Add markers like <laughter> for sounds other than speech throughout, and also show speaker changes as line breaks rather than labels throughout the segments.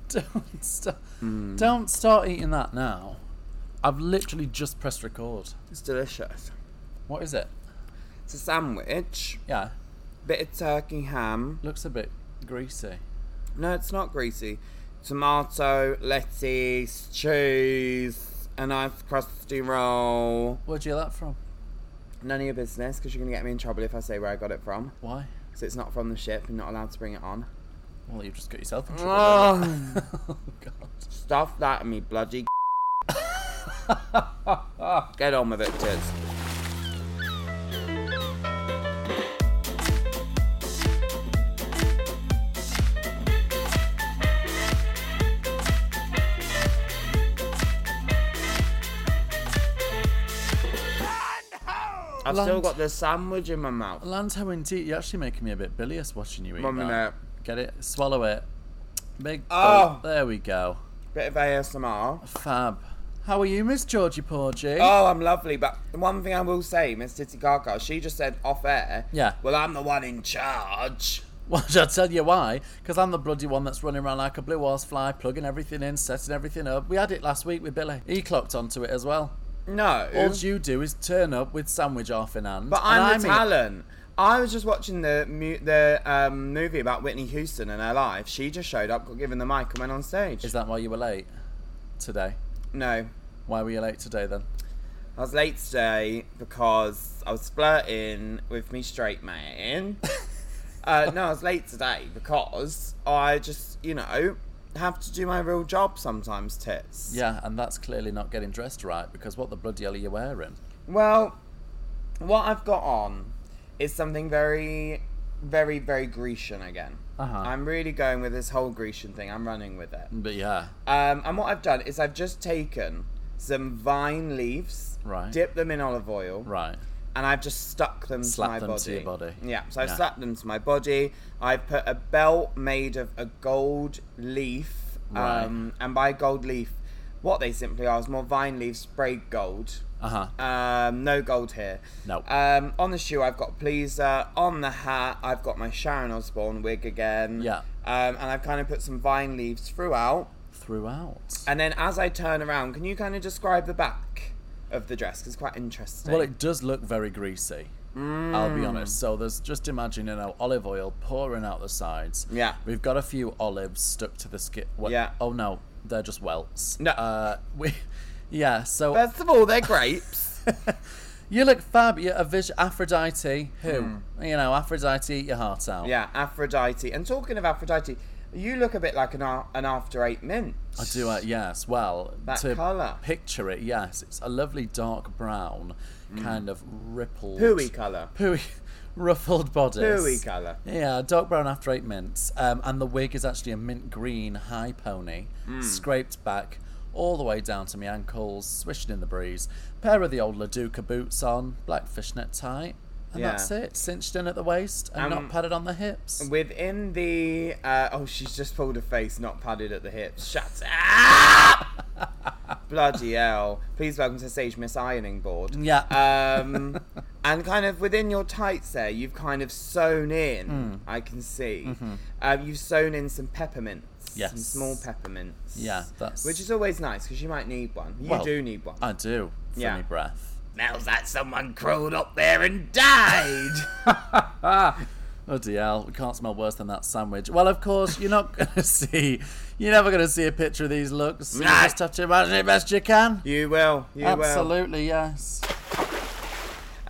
<laughs> Don't start. Don't start eating that now. I've literally just pressed record.
It's delicious.
What is it?
It's a sandwich,
Yeah,
bit of turkey ham.
looks a bit greasy.
No, it's not greasy. Tomato, lettuce, cheese, a nice crusty roll.
Where'd you get that from?
None of your business, because you're going to get me in trouble if I say where I got it from.
Why?
Because it's not from the ship and not allowed to bring it on.
Well, you just got yourself in trouble.
Oh,
<laughs> oh God.
stuff that in me, bloody. get on with it, kids. I've still
Lunch.
got the sandwich in my mouth.
Lanto, indeed, you're actually making me a bit bilious watching you eat
One
that.
minute.
Get it? Swallow it. Big.
Oh.
gulp. There we go.
Bit of ASMR.
Fab. How are you, Miss Georgie Porgy?
Oh, I'm lovely. But one thing I will say, Miss Titty Gaga, she just said off air.
Yeah.
Well, I'm the one in charge.
Well, <laughs> I'll tell you why. Because I'm the bloody one that's running around like a blue horse fly, plugging everything in, setting everything up. We had it last week with Billy. He clocked onto it as well.
No.
All you do is turn up with sandwich off in hand.
but
and
I'm
I
the
mean-
talent. I was just watching the mu- the um, movie about Whitney Houston and her life. She just showed up, got given the mic, and went on stage.
Is that why you were late today?
no.
Why were you late today then?
I was late today because I was flirting with me
<laughs>
straight man. uh, no, I was late today because I just, you know, have to do my real job sometimes, tits.
Yeah, and that's clearly not getting dressed right because what the bloody hell are you wearing?
Well, what I've got on is something very, very, very Grecian again.
Uh-huh.
I'm really going with this whole Grecian thing. I'm running with it.
But yeah,
Um, and what I've done is I've just taken some vine leaves,
Right.
dipped them in olive oil,
right.
and I've just stuck them
Slapped
to my
them
body.
to your body.
Yeah, so I've
Yeah.
slapped them to my body. I've put a belt made of a gold leaf.
Right.
Um, and by gold leaf, what they simply are is more vine leaves sprayed gold.
Uh huh.
Um, no gold here.
No.
Um, on the shoe, I've got pleaser. On the hat, I've got my Sharon Osbourne wig again.
Yeah.
Um, and I've kind of put some vine leaves throughout.
Throughout.
And then as I turn around, can you kind of describe the back of the dress? 'Cause it's quite interesting.
Well, it does look very greasy. I'll
Mm.
be honest. So there's just imagine you know olive oil pouring out the sides.
Yeah.
We've got a few olives stuck to the skin. What?
Yeah.
Oh no, they're just welts.
No.
Uh, we. <laughs> Yeah. So
<laughs> First of all, they're grapes.
<laughs> you look fab. You're a vis- Aphrodite. Who? You know, Aphrodite, eat your heart out.
Hmm. yeah, Aphrodite. And talking of Aphrodite, you look a bit like an, a- an after eight mint.
I do, uh, yes. Well,
That
to
colour.
picture it, yes, it's a lovely dark brown, kind of rippled,
Hmm. Pooey colour.
pooey, <laughs> ruffled bodice.
Pooey colour.
Yeah, dark brown after eight mints, um, and the wig is actually a mint green high pony,
Hmm.
scraped back all the way down to my ankles, swishing in the breeze. Pair of the old Laduca boots on, black fishnet tie, and
Yeah.
that's it. Cinched in at the waist and
Um,
not padded on the hips.
Within the. Uh, oh, she's just pulled her face, not padded at the hips. Shut up! <laughs> Bloody hell. Please welcome to Sage Miss Ironing Board.
yeah. <laughs>
Um, and kind of within your tights there, you've kind of sewn in,
Hmm.
I can see. Um, you've sewn in some peppermints.
Mm-hmm. Yes.
Some small peppermints.
Yeah, that's-
Which is always nice because you might need one. You
Well,
do need one.
I do. For
Yeah.
me breath.
Smells like someone crawled up there and died.
<laughs> Oh DL, we can't smell worse than that sandwich. Well, of course, you're not <laughs> going to see, you're never going to see a picture of these looks. You
Nah.
just have to imagine it best you can.
you will. You will.
Absolutely, yes.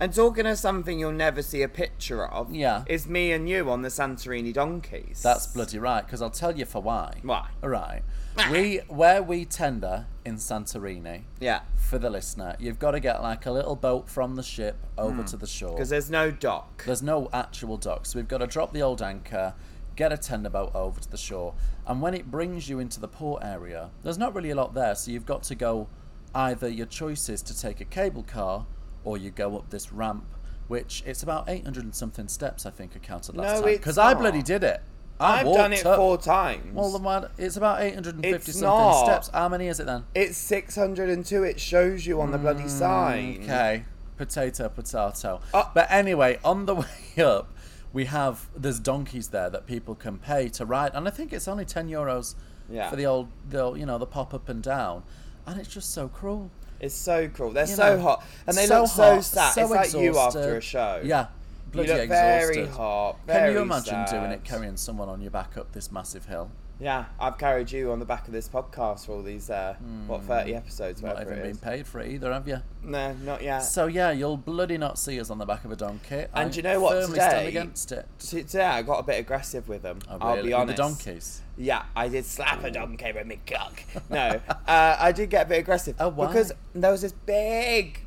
And talking of something you'll never see a picture of,
Yeah.
is me and you on the Santorini donkeys.
That's bloody right, because I'll tell you for why.
Why?
All right. We, where we tender in Santorini,
Yeah.
for the listener, you've got to get like a little boat from the ship over
Hmm.
to the shore.
Because there's no dock.
There's no actual dock, so we've got to drop the old anchor, get a tender boat over to the shore, and when it brings you into the port area, there's not really a lot there, so you've got to go either your choice is to take a cable car or you go up this ramp, which it's about 800 and something steps, I think, I counted last
No,
time.
it's
Because I
not.
bloody did it. I
I've
walked
done it
up.
four times.
Well, then why- it's about 850
It's
something
not.
steps. How many is it then?
It's 602. It shows you on the bloody
Mm,
sign.
Okay, potato, potato.
Mm. Uh,
but anyway, on the <laughs> way up, we have there's donkeys there that people can pay to ride, and I think it's only ten euros
Yeah.
for the old, the old- you know, the pop up and down, and it's just so cruel.
It's so cool. They're
you
so
know.
hot, and they
So
look so
hot,
sad.
so
it's like you after a
exhausted.
show.
Yeah,
you
bloody
look
exhausted.
very hot.
Can you
very
imagine doing
sad.
it carrying someone on your back up this massive hill?
Yeah, I've carried you on the back of this podcast for all these uh, what thirty episodes,
Not
whatever
even
it
being
is.
paid for it either, have you?
No, not yet.
So yeah, you'll bloody not see us on the back of a donkey. I
And you know what,
Firmly stand
today-
against it.
T- Today I got a bit aggressive with them.
Oh,
I'll
really?
be
With
honest.
The Oh. donkeys.
Yeah, I did slap a donkey with me
<laughs>
cock. No, uh, I did get a bit aggressive.
Oh, why?
Because there was this big,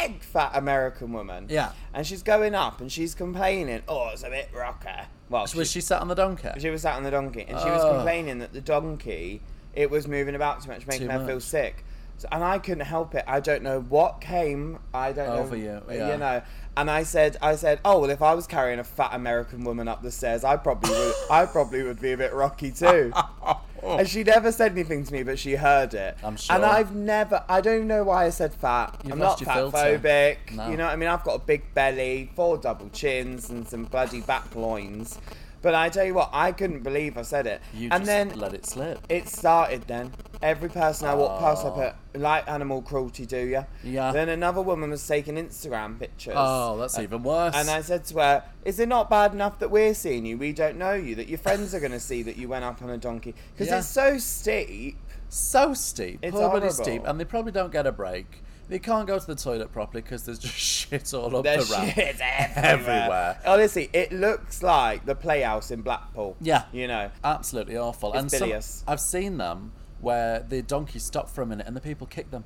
big fat American woman.
Yeah.
And she's going up and she's complaining. Oh, it's a bit rocker. Well,
Was she sat on the donkey? <laughs>
She was sat on the donkey, and she was
Ugh.
complaining that the donkey it was moving about too much, making
Oh. Too
her feel
much.
sick. So, and I couldn't help it. I don't know what came. I don't
Over
know. uh,
you, yeah.
You know. And I said, I said, oh well, if I was carrying a fat American woman up the stairs, I probably would. I probably would be a bit rocky too. And she never said anything to me, but she heard it.
I'm sure.
And I've never, I don't know why I said fat.
You've
I'm
lost
not
your filter.
fatphobic.
No.
You know what I mean? I've got a big belly, four double chins, and some bloody back loins. But I tell you what, I couldn't believe I said it.
you just
and then
let it slip.
it started then. Every person I walked past, I
Oh.
put, like animal cruelty, do ya?
Yeah.
Then another woman was taking Instagram pictures.
oh, that's even worse.
And I said to her, Is it not bad enough that we're seeing you? We don't know you, that your friends are going to see that you went up on a donkey. Because
Yeah.
it's so steep.
so steep,
It's
poor bloody
horrible.
steep, and they probably don't get a break. They can't go to the toilet properly because there's just <laughs> shit all up
There's
the ramp. <laughs>
shit everywhere.
Everywhere.
Honestly, it looks like the playhouse in Blackpool.
Yeah.
You know.
Absolutely awful.
It's
and some-
bilious.
I've seen them where the donkeys stop for a minute and the people kick them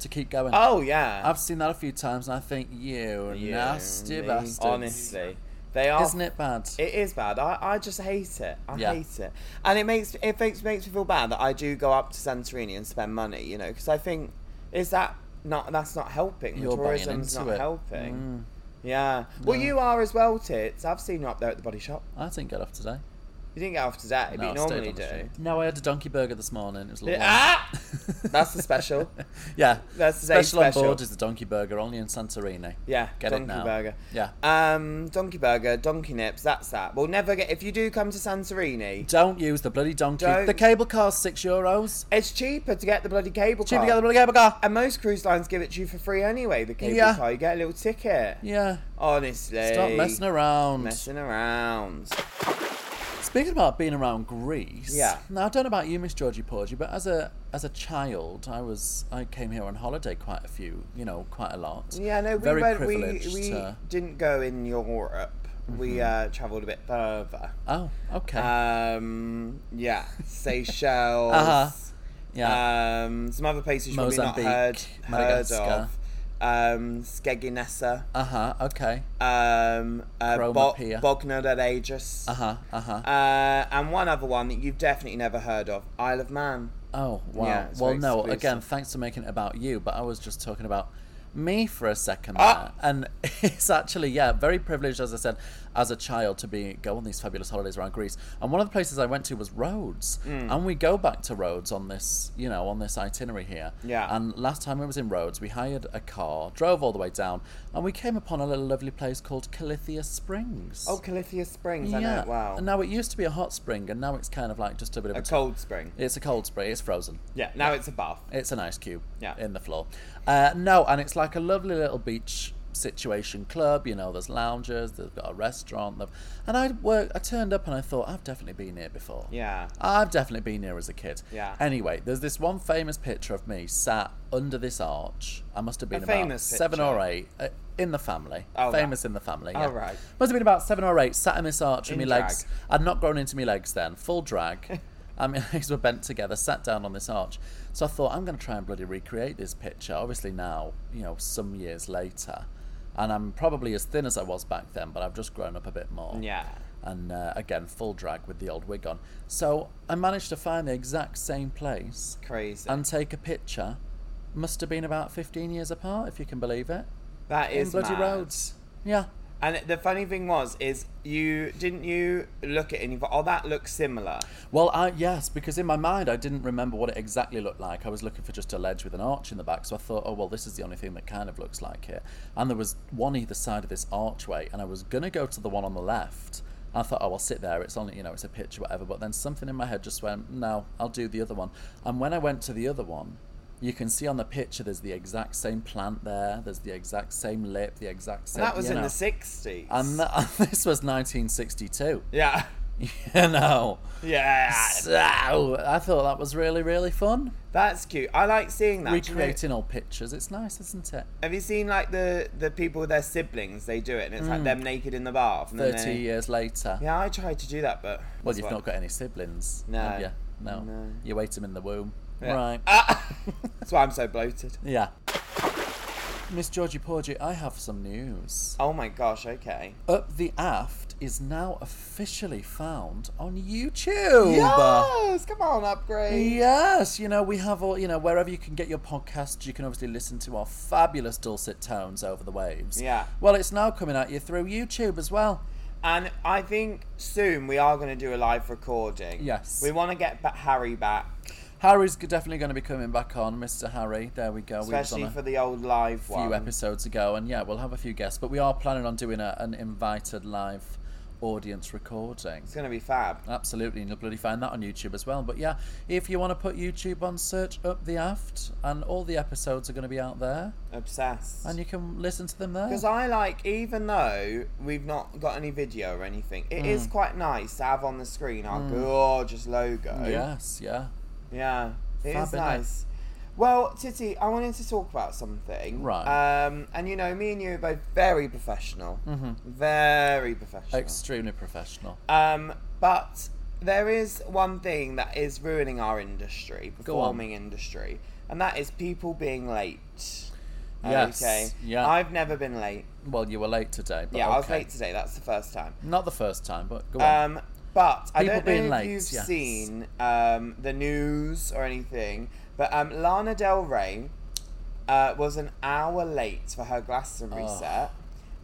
to keep going.
Oh, yeah.
I've seen that a few times, and I think you,
You,
nasty
me,
bastards.
Honestly. They are.
isn't it bad?
It is bad. I, I just hate it. I
Yeah.
hate it, and it makes it makes, makes me feel bad that I do go up to Santorini and spend money. You know, because I think is that not that's not helping. The
You're buying
tourism's
into
not
it. Mm.
helping. Yeah. Well, you are as well, tits. I've seen you up there at the body shop.
I didn't get off today.
You didn't get off today, but
No,
you
I stayed
normally
on the
do.
street. No, I had a donkey burger this morning. It was lovely.
Ah! That's the special.
<laughs> yeah.
That's today's
special on
special.
board is the donkey burger only in Santorini.
Yeah,
Get
donkey
it now.
burger.
Yeah.
Um, donkey burger, donkey nips. That's that. We'll never get if you do come to Santorini.
Don't use the bloody donkey.
Don't-
The cable car's six euros.
It's cheaper to get the bloody cable
Cheap
car.
to get the bloody cable car.
And most cruise lines give it to you for free anyway. The cable
Yeah.
car, you get a little ticket.
Yeah.
Honestly,
Stop messing around.
Messing around.
Speaking about being around Greece,
Yeah.
Now I don't know about you, Miss Georgie Porgy, but as a as a child, I was I came here on holiday quite a few, you know, quite a lot.
Yeah, no, we
very
went. We,
privileged. Mm-hmm.
we
uh,
didn't go in Europe. We uh, travelled a bit further.
oh, okay,
Uh, Um, yeah,
<laughs>
Seychelles.
Uh-huh. yeah,
Um, some other places you've probably not
Mozambique,
heard, heard
Madagascar.
of. Um, Skeginessa.
uh huh, okay,
Um, uh,
Croma
Bo-
Pier.
Bognor de Regis.
uh huh, uh huh.
Uh, and one other one that you've definitely never heard of, Isle of Man.
oh wow.
yeah, it's
well,
very
no,
exclusive.
again, thanks for making it about you, but I was just talking about me for a second
Ah.
there, and <laughs> it's actually yeah, very privileged as I said, as a child to be go on these fabulous holidays around Greece. And one of the places I went to was Rhodes,
Mm.
and we go back to Rhodes on this you know on this itinerary here.
Yeah.
And last time I was in Rhodes, we hired a car, drove all the way down, and we came upon a little lovely place called Calithia Springs.
Oh, Calithia Springs, I know it well.
And now it used to be a hot spring, and now it's kind of like just a bit of a.
a cold spring.
it's a cold spring. It's frozen.
Yeah, now it's a bath.
It's an ice cube
Yeah.
in the floor. Uh, no, and it's like a lovely little beach situation club. You know, there's lounges, they've got a restaurant. They've, and I work, I turned up and I thought, I've definitely been here before.
Yeah.
I've definitely been here as a kid.
Yeah.
Anyway, there's this one famous picture of me sat under this arch. I must have been about
famous
seven
picture?
or eight. Uh, in the family,
Oh, right.
famous in the family. Yeah.
right.
Must have been about seven or eight. Sat in this arch with
In
my
drag.
legs. I'd not grown into my legs then, full
<laughs>
drag. and <laughs> my legs were bent together, sat down on this arch. So I thought, I'm going to try and bloody recreate this picture. Obviously, now, you know, some years later. And I'm probably as thin as I was back then, but I've just grown up a bit more.
Yeah.
And uh, again, full drag with the old wig on. So I managed to find the exact same place
Crazy.
and take a picture. Must have been about 15 years apart, if you can believe it.
that
In
is
bloody
mad.
roads. Yeah.
And the funny thing was, is you didn't you look at it and you thought, oh, that looks similar.
Well, I, yes, because in my mind I didn't remember what it exactly looked like. I was looking for just a ledge with an arch in the back, so I thought, oh well, this is the only thing that kind of looks like it. And there was one either side of this archway, and I was gonna go to the one on the left. I thought, oh, I'll sit there. It's only you know, it's a picture, whatever. But then something in my head just went, no, I'll do the other one. And when I went to the other one, you can see on the picture there's the exact same plant there. There's the exact same lip, the exact same.
that was
you
in
know.
the sixties.
And, th- and <laughs> this was 1962.
yeah,
<laughs>
<laughs>
You know.
yeah,
So I thought that was really, really fun.
that's cute. I like seeing that. Do you know-
Recreating old pictures. It's nice, isn't it?
Have you seen like the the people with their siblings? They do it, and it's
Mm.
like them naked in the bath. And then
30
they-
years later.
Yeah, I tried to do that, but
Well, you've not got any siblings.
No.
Have you? No.
No.
You ate them in the womb.
Yeah.
Right.
Ah! <laughs> that's why I'm so bloated.
Yeah. Miss Georgie Porgy, I have some news.
Oh my gosh. Okay.
Up the Aft is now officially found on YouTube.
Yes, come on, upgrade.
Yes, you know, we have all, you know, wherever you can get your podcasts, you can obviously listen to our fabulous dulcet tones over the waves.
Yeah.
Well, it's now coming at you through YouTube as well.
And I think soon we are going to do a live recording.
Yes.
We want to get ba- Harry back,
Harry's g- definitely going to be coming back on, Mr. Harry. There we go.
especially
we was on a
for the old live
few
one.
episodes ago, and yeah, we'll have a few guests, but we are planning on doing a, an invited live audience recording.
It's going to be fab.
Absolutely, and you'll bloody find that on YouTube as well. But yeah, if you want to put YouTube on, search up the aft, and all the episodes are going to be out there,
Obsessed.
and you can listen to them there.
Because I like, even though we've not got any video or anything, it is
Mm.
quite nice to have on the screen our gorgeous logo.
Yes, Mm. yeah.
Yeah. It is
Fab, isn't it?
nice. Well, Titty, I wanted to talk about something.
Right. Mm-hmm.
Um, and you know, me and you are both very professional. Very professional.
Extremely professional.
Um, but there is one thing that is ruining our industry,
Go on.
performing industry, and that is people being late.
Yes,
Okay.
yeah.
I've never been late.
Well, you were late today, but
Yeah, I was
okay.
late today. That's the first time.
Not the first time, but go on.
Um, but I
People
don't know
being
if
late,
you've
yes.
seen um, the news or anything, but um, Lana Del Rey uh, was an hour late for her Glastonbury
Oh.
set,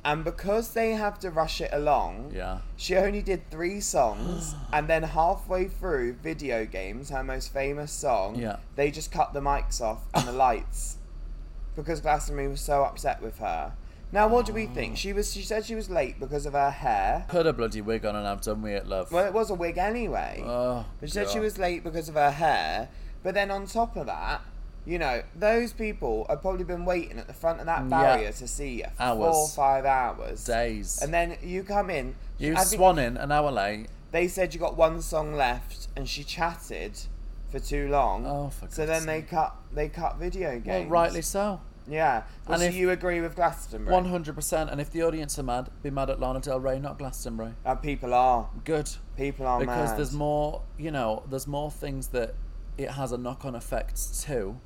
and because they have to rush it along,
Yeah.
she only did
<gasps>
three songs, and then halfway through Video Games, her most famous song,
Yeah.
they just cut the mics off
<laughs>
and the lights because Glastonbury was so upset with her. Now, what do we
Oh.
think? She was. She said she was late because of her hair.
Put a bloody wig on and I've done with it, love.
Well, it was a wig anyway.
oh,
but she said she
God.
was late because of her hair. But then on top of that, you know, those people have probably been waiting at the front of that
Yeah.
barrier to see you for four or
Hours.
five hours.
Days.
And then you come in.
you
I think
swanning an hour late.
They said you got one song left, and she chatted for too long.
Oh, for
So
God's
then they cut. They cut video
Well,
games.
rightly so.
Yeah. Well,
And
so
if-
you agree with Glastonbury?
100%. And if the audience are mad, be mad at Lana Del Rey, not Glastonbury.
Uh, people are.
Good.
People are
because
mad.
there's more, you know, there's more things that it has a knock on effect too.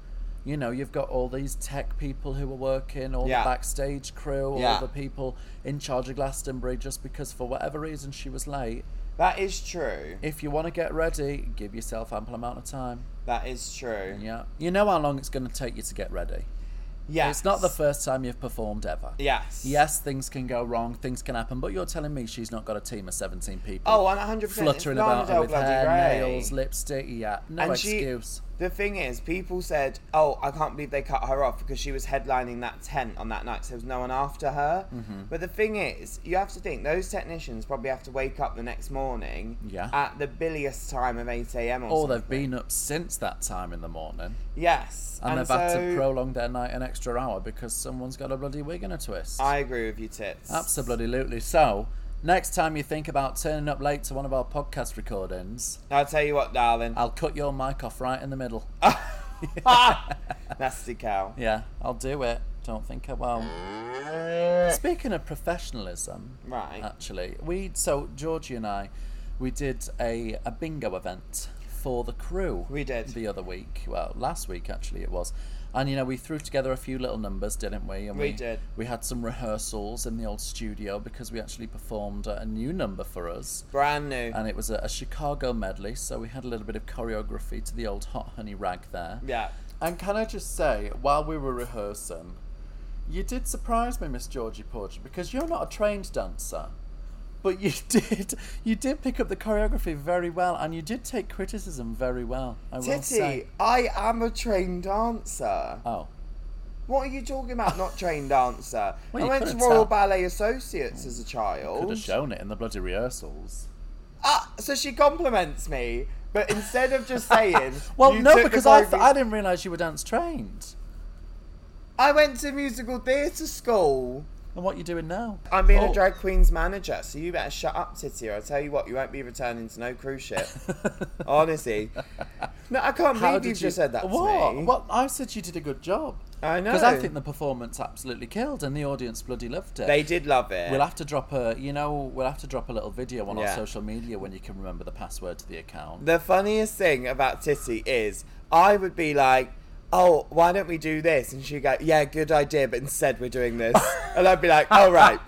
You know, you've got all these tech people who are working, all
Yeah.
the backstage crew, all
Yeah.
the people in charge of Glastonbury, just because for whatever reason she was late.
That is true.
If you want to get ready, give yourself ample amount of time.
That is true.
Yeah. You know how long it's going to take you to get ready.
Yeah.
It's not the first time you've performed ever.
Yes.
Yes, things can go wrong, things can happen, but you're telling me she's not got a team of 17 people
Oh, and 100% it's
fluttering
Lana
about
Del
her with
bloody
hair,
Rey.
nails, lipstick. Yeah, no
And she-
excuse.
The thing is, people said, "Oh, I can't believe they cut her off because she was headlining that tent on that night, so there was no one after her."
Mm-hmm.
But the thing is, you have to think those technicians probably have to wake up the next morning
Yeah.
at the billiest time of eight a.m. or
Or
something.
they've been up since that time in the morning,
yes,
and, they've had to
so-
prolong their night an extra hour because someone's got a bloody wig and a twist.
I agree with you, tits.
Absolutely. So, next time you think about turning up late to one of our podcast recordings,
I'll tell you what, darling. <laughs>
I'll cut your mic off right in the middle.
Ah.
<laughs>
Nasty cow.
Yeah, I'll do it. Don't think I won't. Speaking of professionalism,
Right.
Actually, we so Georgie and I, we did a a bingo event for the crew.
We did.
the other week. Well, last week actually it was, and you know we threw together a few little numbers, didn't we? And
We did.
We had some rehearsals in the old studio because we actually performed a a new number for us.
Brand new.
And it was a, a Chicago medley, so we had a little bit of choreography to the old Hot Honey rag there.
yeah.
And can I just say, while we were rehearsing, You did surprise me, Miss Georgie Porter, because you're not a trained dancer. But you <laughs> did you did pick up the choreography very well and you did take criticism very well. I will say.
Titty, I am a trained dancer.
Oh.
What are you talking about? Not trained dancer.
<laughs> Well,
I
you
went to
could've
Royal
tell.
Ballet Associates as a child.
Could have shown it in the bloody rehearsals.
Ah, so she compliments me, but instead of
<laughs>
just saying,
Well,
you
no,
took the
because I, th-
choreography-
I didn't realise you were dance trained.
I went to musical theatre school.
And what you doing now?
I'm being
Oh. <laughs>
a drag queen's manager, so you better shut up, Titty, or I tell you what, you won't be returning to no cruise
<laughs>
ship. Honestly, no, I can't
How
believe
did
you've just said that
What?
to me.
Well, I said you did a good job.
I know.
Because I think the performance absolutely killed, and the audience bloody loved it.
they did love it.
We'll have to drop a, you know, we'll have to drop a little video on
Yeah.
our social media when you can remember the password to the account.
The funniest thing about Titty is I would be like, "Oh, why don't we do this?" And she'd go, "Yeah, good idea," but instead we're doing <laughs> this, and I'd be like, <laughs> "All right,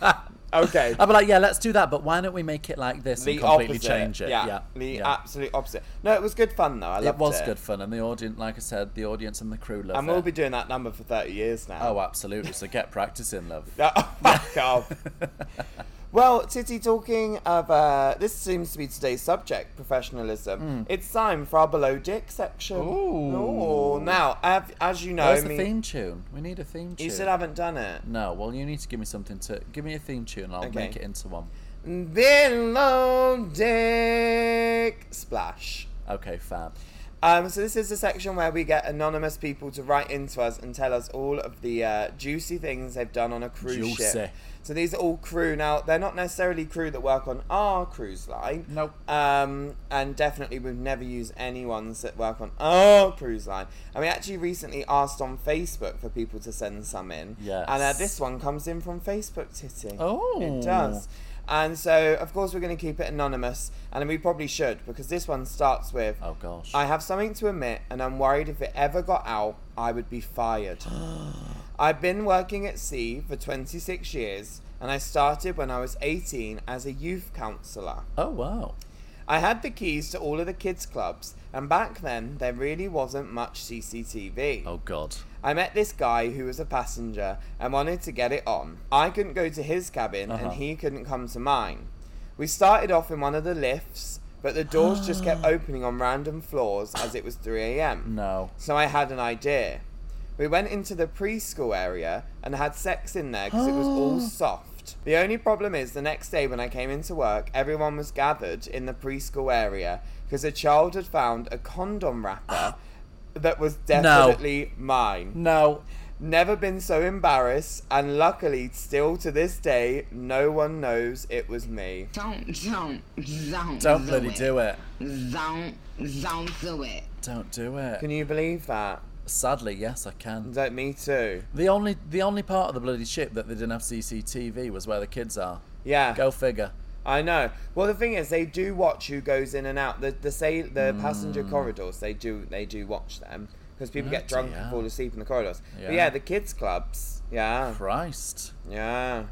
okay."
<laughs>
<laughs>
I'll be like, yeah, let's do that, but why don't we make it like this and completely change it? Yeah,
the
yeah.
absolute opposite. No, it was good fun though. I
it
loved it.
was good fun, and the audience, like I said, the audience and the crew loved
And
it.
we'll be doing that number for thirty years now.
<laughs> oh, absolutely. So get practicing, love.
<laughs>
<laughs>
Oh, fuck off. Well, Titty, talking of uh, this seems to be today's subject,
Hmm.
professionalism. It's time for our below dick section.
Ooh.
Ooh. Now, av- as you know,
Where's the
me-
theme tune? We need a theme tune.
you still haven't done it.
No, well, you need to give me something to give me a theme tune. and I'll
Okay.
make it into one.
Below dick splash.
Okay, fab.
Um, so this is the section where we get anonymous people to write into us and tell us all of the uh, juicy things they've done on a cruise
Juicy.
ship. So these are all crew. Now they're not necessarily crew that work on our cruise line.
Nope.
Um, and definitely we've never used any ones that work on our cruise line. And we actually recently asked on Facebook for people to send some in.
Yes.
And uh, this one comes in from Facebook, Titty.
Oh.
It does. And so, of course, we're going to keep it anonymous, and we probably should because this one starts with
Oh gosh.
I have something to admit, and I'm worried if it ever got out, I would be fired. I've been working at sea for 26 years, and I started when I was 18 as a youth counsellor.
<gasps> oh wow.
I had the keys to all of the kids' clubs, and back then there really wasn't much CCTV.
Oh god.
I met this guy who was a passenger and wanted to get it on. I couldn't go to his cabin
Uh-huh.
and he couldn't come to mine. We started off in one of the lifts, but the doors
<gasps>
just kept opening on random floors as it was 3 a.m.
No.
So I had an idea. We went into the preschool area and had sex in there because it
<gasps>
was all soft. The only problem is the next day when I came into work, everyone was gathered in the preschool area because a child had found a
<gasps>
condom wrapper that was definitely mine.
No.
Never been so embarrassed, and luckily, still to this day, no one knows it was me.
Don't, don't, don't.
Don't bloody do it.
it. Don't, don't do it.
Don't do it.
Can you believe that?
Sadly, yes, I can.
Like me too.
The only the only part of the bloody ship that they didn't have CCTV was where the kids are.
Yeah,
Go figure.
I know. Well, the thing is, they do watch who goes in and out. The the say the
Hmm.
passenger corridors, they do they do watch them because people get drunk
Bloody
and fall asleep in the corridors. But
Yeah.
yeah, the kids clubs. Yeah,
Christ.
yeah,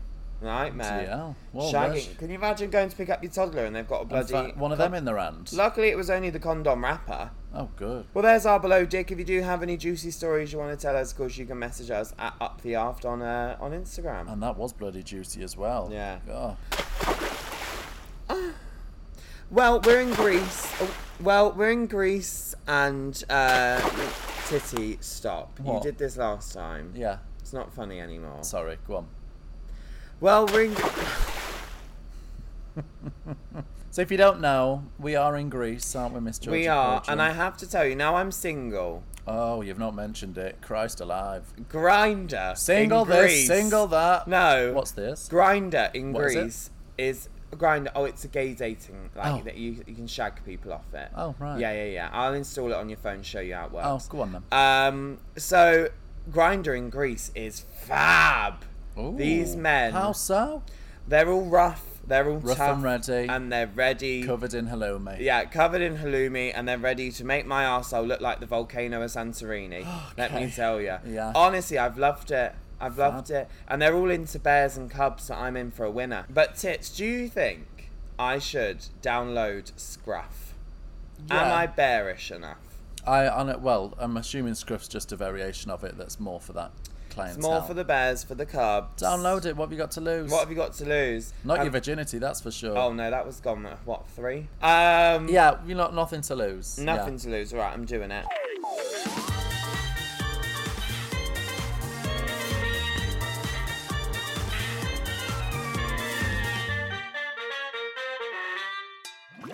nightmare.
Uh, Bloody hell. Well, where's-
Shagging. Can you imagine going to pick up your toddler and they've got a
In
bloody
fact, one of them in their hand.
Luckily, it was only the condom wrapper.
Oh, good.
Well, there's our below dick. If you do have any juicy stories you want to tell us, of course, you can message us at up the aft on uh, on Instagram.
And that was bloody juicy as well.
Yeah.
Oh,
well, we're in Greece. Oh, Well, we're in Greece, and uh, Titty, stop. You
What?
did this last time.
yeah.
It's not funny anymore.
Sorry. Go on.
Well, we're in.
So if you don't know, we are in Greece, aren't we, Miss Georgie?
we are,
Porter?
and I have to tell you now. I'm single.
Oh, you've not mentioned it. Christ alive.
Grinder.
Single
in
this,
Greece.
single that.
No.
What's this?
Grinder in
What is it?
Greece is Grinder. Oh, it's a gay dating like
Oh.
that you you can shag people off it.
Oh, right.
Yeah, yeah, yeah. I'll install it on your phone, show you how it
oh,
works.
go on then.
Um, so Grinder in Greece is fab. These
Ooh.
men,
How so?
they're all rough, they're all
Rough
tough,
and ready.
and they're ready.
Covered in halloumi.
yeah, covered in halloumi, and they're ready to make my arsehole look like the volcano of Santorini. Let
<gasps>
me
Okay.
tell you.
Yeah.
Honestly, I've loved it. I've loved it. And they're all into bears and cubs, so I'm in for a winner. But Tits, do you think I should download Scruff? Am
Yeah.
I bearish enough?
I on it. Well, I'm assuming Scruff's just a variation of it that's more for that clientele.
More for the bears, for the cubs.
Download it. What have you got to lose?
What have you got to lose?
Not
Um,
your virginity, that's for sure.
Oh no, that was gone. at, What three? Um,
Yeah, you know, nothing to lose. Yeah.
nothing to lose. All right, I'm doing it.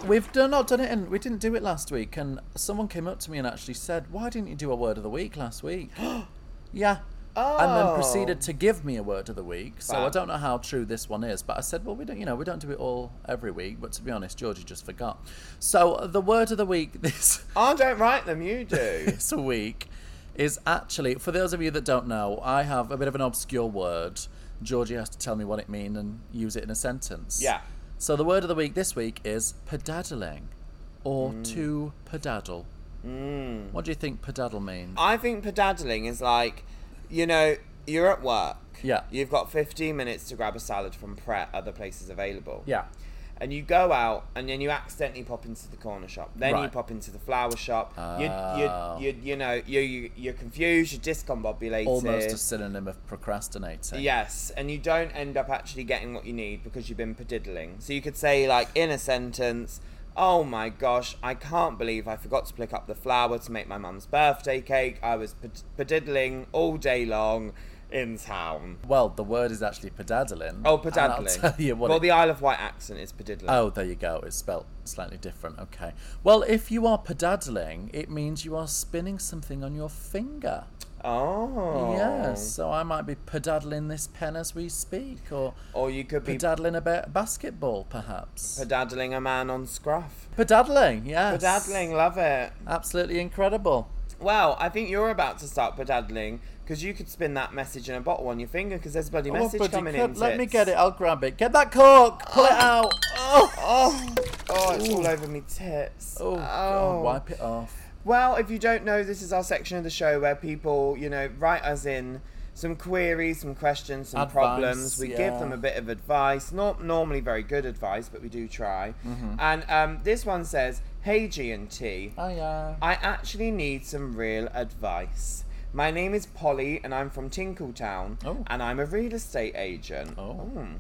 We've done, not done it, and we didn't do it last week. And someone came up to me and actually said, "Why didn't you do a word of the week last week?" yeah. And then
Oh.
proceeded to give me a word of the week. So I
Fab.
don't know how true this one is, but I said, well, we don't, you know, we don't do it all every week. But to be honest, Georgie just forgot. So the word of the week <laughs> this
I don't write them.
<laughs>
You do.
this week is actually for those of you that don't know, I have a bit of an obscure word. Georgie has to tell me what it means and use it in a sentence.
Yeah.
So the word of the week this week is pedaddling, or
Mm.
to pedaddle. Mm. What do you think pedaddle means?
I think pedaddling is like, you know, you're at work.
Yeah.
You've got 15 minutes to grab a salad from Pret, other places available.
yeah.
And you go out, and then you accidentally pop into the corner shop. Then you
Right.
pop into the flower shop.
Oh.
You, you, you, you know, you, you, you're confused. You're discombobulated.
Almost a synonym of procrastinating.
Yes, and you don't end up actually getting what you need because you've been pediddling. So you could say, like, in a sentence, Oh my gosh, I can't believe I forgot to pick up the flour to make my mum's birthday cake. I was ped- pediddling all day long in town.
Well, the word is actually pedaddling.
Oh,
and I'll <laughs>
pediddling.
tell you what
well,
it
the Isle of Wight accent is pediddling.
Oh, there you go. It's spelt slightly different. Okay. Well, if you are pedaddling, it means you are spinning something on your finger.
Oh.
Yes. So I might be pedaddling this pen as we speak, or
Or you could be
pedaddling a bit of basketball, perhaps.
pedaddling a man on scruff.
Pedaddling, yes.
Pedaddling, love it.
Absolutely incredible.
Well, I think you're about to start pedaddling because you could spin that message in a bottle on your finger because there's bloody
Oh,
message
buddy,
coming
could-
in.
Let me
tits.
get it. I'll grab it. Get that cork. Pull it
<laughs>
out. Oh.
Oh, oh, it's all over me tits.
Oh, God, wipe it off.
Well, if you don't know, this is our section of the show where people, you know, write us in some queries, some questions, some
Advice,
problems. We give
yeah.
them a bit of advice. Not normally very good advice, but we do try.
Mm-hmm.
And um, this one says, "Hey G and T,
Oh yeah.
I actually need some real advice. My name is Polly and I'm from Tinkletown
Oh.
and I'm a real estate agent.
Oh.
Hmm.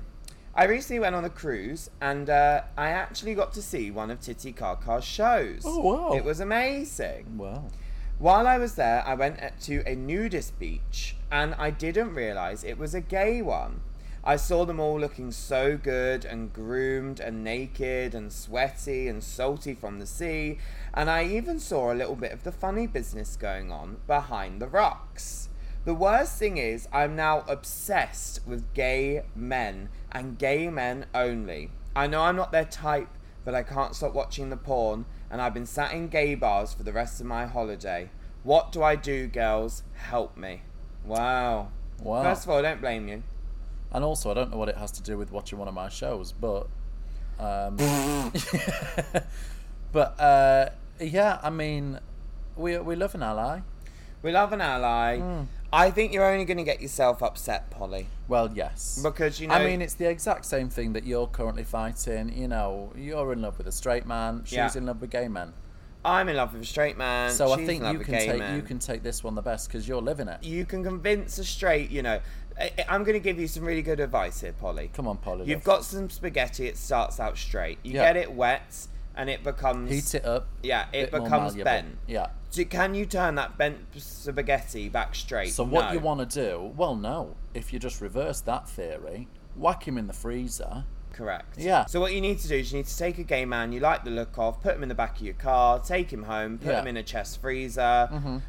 I recently went on a cruise and uh, I actually got to see one of Titty Carcar's shows.
Oh, wow.
It was amazing.
Well.
While I was there, I went at- to a nudist beach and I didn't realise it was a gay one. I saw them all looking so good and groomed and naked and sweaty and salty from the sea, and I even saw a little bit of the funny business going on behind the rocks. The worst thing is, I'm now obsessed with gay men and gay men only. I know I'm not their type, but I can't stop watching the porn, and I've been sat in gay bars for the rest of my holiday. What do I do, girls? Help me. Wow.
Wow.
First of all, I don't blame you.
And also, I don't know what it has to do with watching one of my shows, but,
<laughs>
um, <laughs> but uh, yeah, I mean, we we love an ally.
We love an ally.
Hmm.
I think you're only going to get yourself upset, Polly.
Well, yes,
Because, you know.
I mean, it's the exact same thing that you're currently fighting. You know, you're in love with a straight man. She's
Yeah.
in love with gay men.
I'm in love with a straight man.
So
she's
I
in
think
love
you
with
can
gay
take
men.
you can take this one the best because you're living it.
you can convince a straight, you know. I, I- I'm going to give you some really good advice here, Polly.
Come on, Polly.
You've
love.
got some spaghetti. It starts out straight. You
Yeah.
get it wet, and it becomes
heat it up.
Yeah,
bit
it
more
becomes
malleable.
bent.
Yeah.
Do, can you turn that bent spaghetti back straight?
So what
No.
you want to do? Well, no. If you just reverse that theory, whack him in the freezer.
Correct.
Yeah.
So what you need to do is you need to take a gay man you like the look of, put him in the back of your car, take him home, put
Yeah. Mm-hmm.
him in a chest freezer.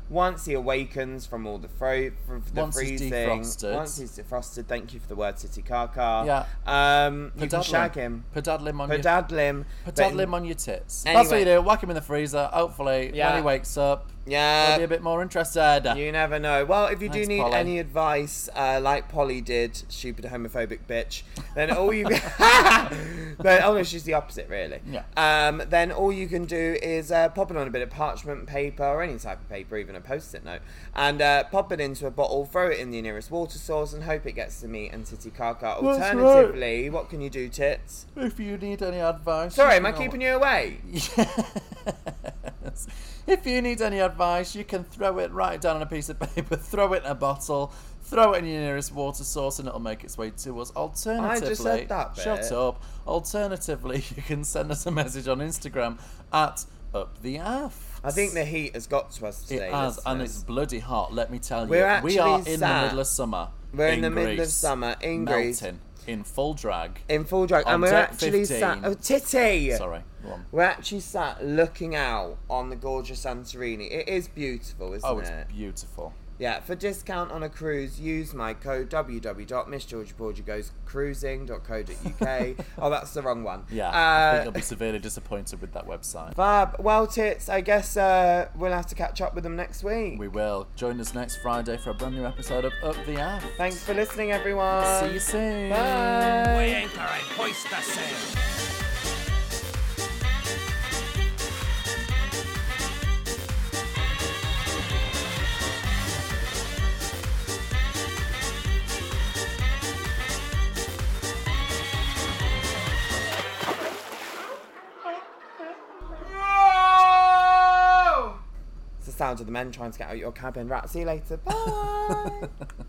Once he awakens from all the fro from the
Once he's
freezing,
defrosted.
once he's defrosted. Thank you for the word, City Car Car.
Yeah.
Um, you can
Pedaddle
shag him.
Pedaddle him on your
Pedaddle him. but-
pedaddle him on your tits. That's what
Anyway.
you do. Whack him in the freezer. Hopefully,
Yeah.
when he wakes up, he'll be
Yeah.
a bit more interested.
You never know. Well, if you
Thanks,
do need
Polly.
any advice, uh, like Polly did, stupid homophobic bitch, then all
<laughs>
you <laughs> then oh no, she's the opposite really.
Yeah.
Um, then all you can do is uh, pop it on a bit of parchment paper or any type of paper, even a post-it note, and uh, pop it into a bottle, throw it in the nearest water source, and hope it gets to me and Titty Kaka.
right.
Alternatively, what can you do, tits?
If you need any advice,
Sorry, am I keeping you away?
Yes. If you need any advice, you can throw it, write it down on a piece of paper, <laughs> throw it in a bottle, throw it in your nearest water source, and it'll make its way to us. Alternatively,
said that
shut
bit.
up. Alternatively, <laughs> you can send us a message on Instagram at up the aft.
I think the heat has got to us today.
it has, and
listeners.
it's bloody hot. Let me tell you,
We're
we are
actually
in the
sat-
middle of summer.
We're in, the middle of
Greece,
summer in Greece.
melting in full drag.
In full drag.
On
And we're
deck
actually sat.
15.
Oh, titty!
Sorry, go on.
We're actually sat looking out on the gorgeous Santorini. It is beautiful, isn't
Oh, it's
it?
beautiful.
Yeah, for discount on a cruise, use my
<laughs>
code www.missgeorgiaportugalscruising.co.uk. oh, that's the wrong one.
Yeah, I think
Uh,
you'll be severely disappointed with that website.
fab. Well, tits, I guess uh, we'll have to catch up with them next week.
We will. Join us next Friday for a brand new episode of Up the Aft.
Thanks for listening, everyone.
See you soon.
Bye.
Weigh anchor and hoist the sail.
It's the sound of the men trying to get out of your cabin. Right, see you later. Bye.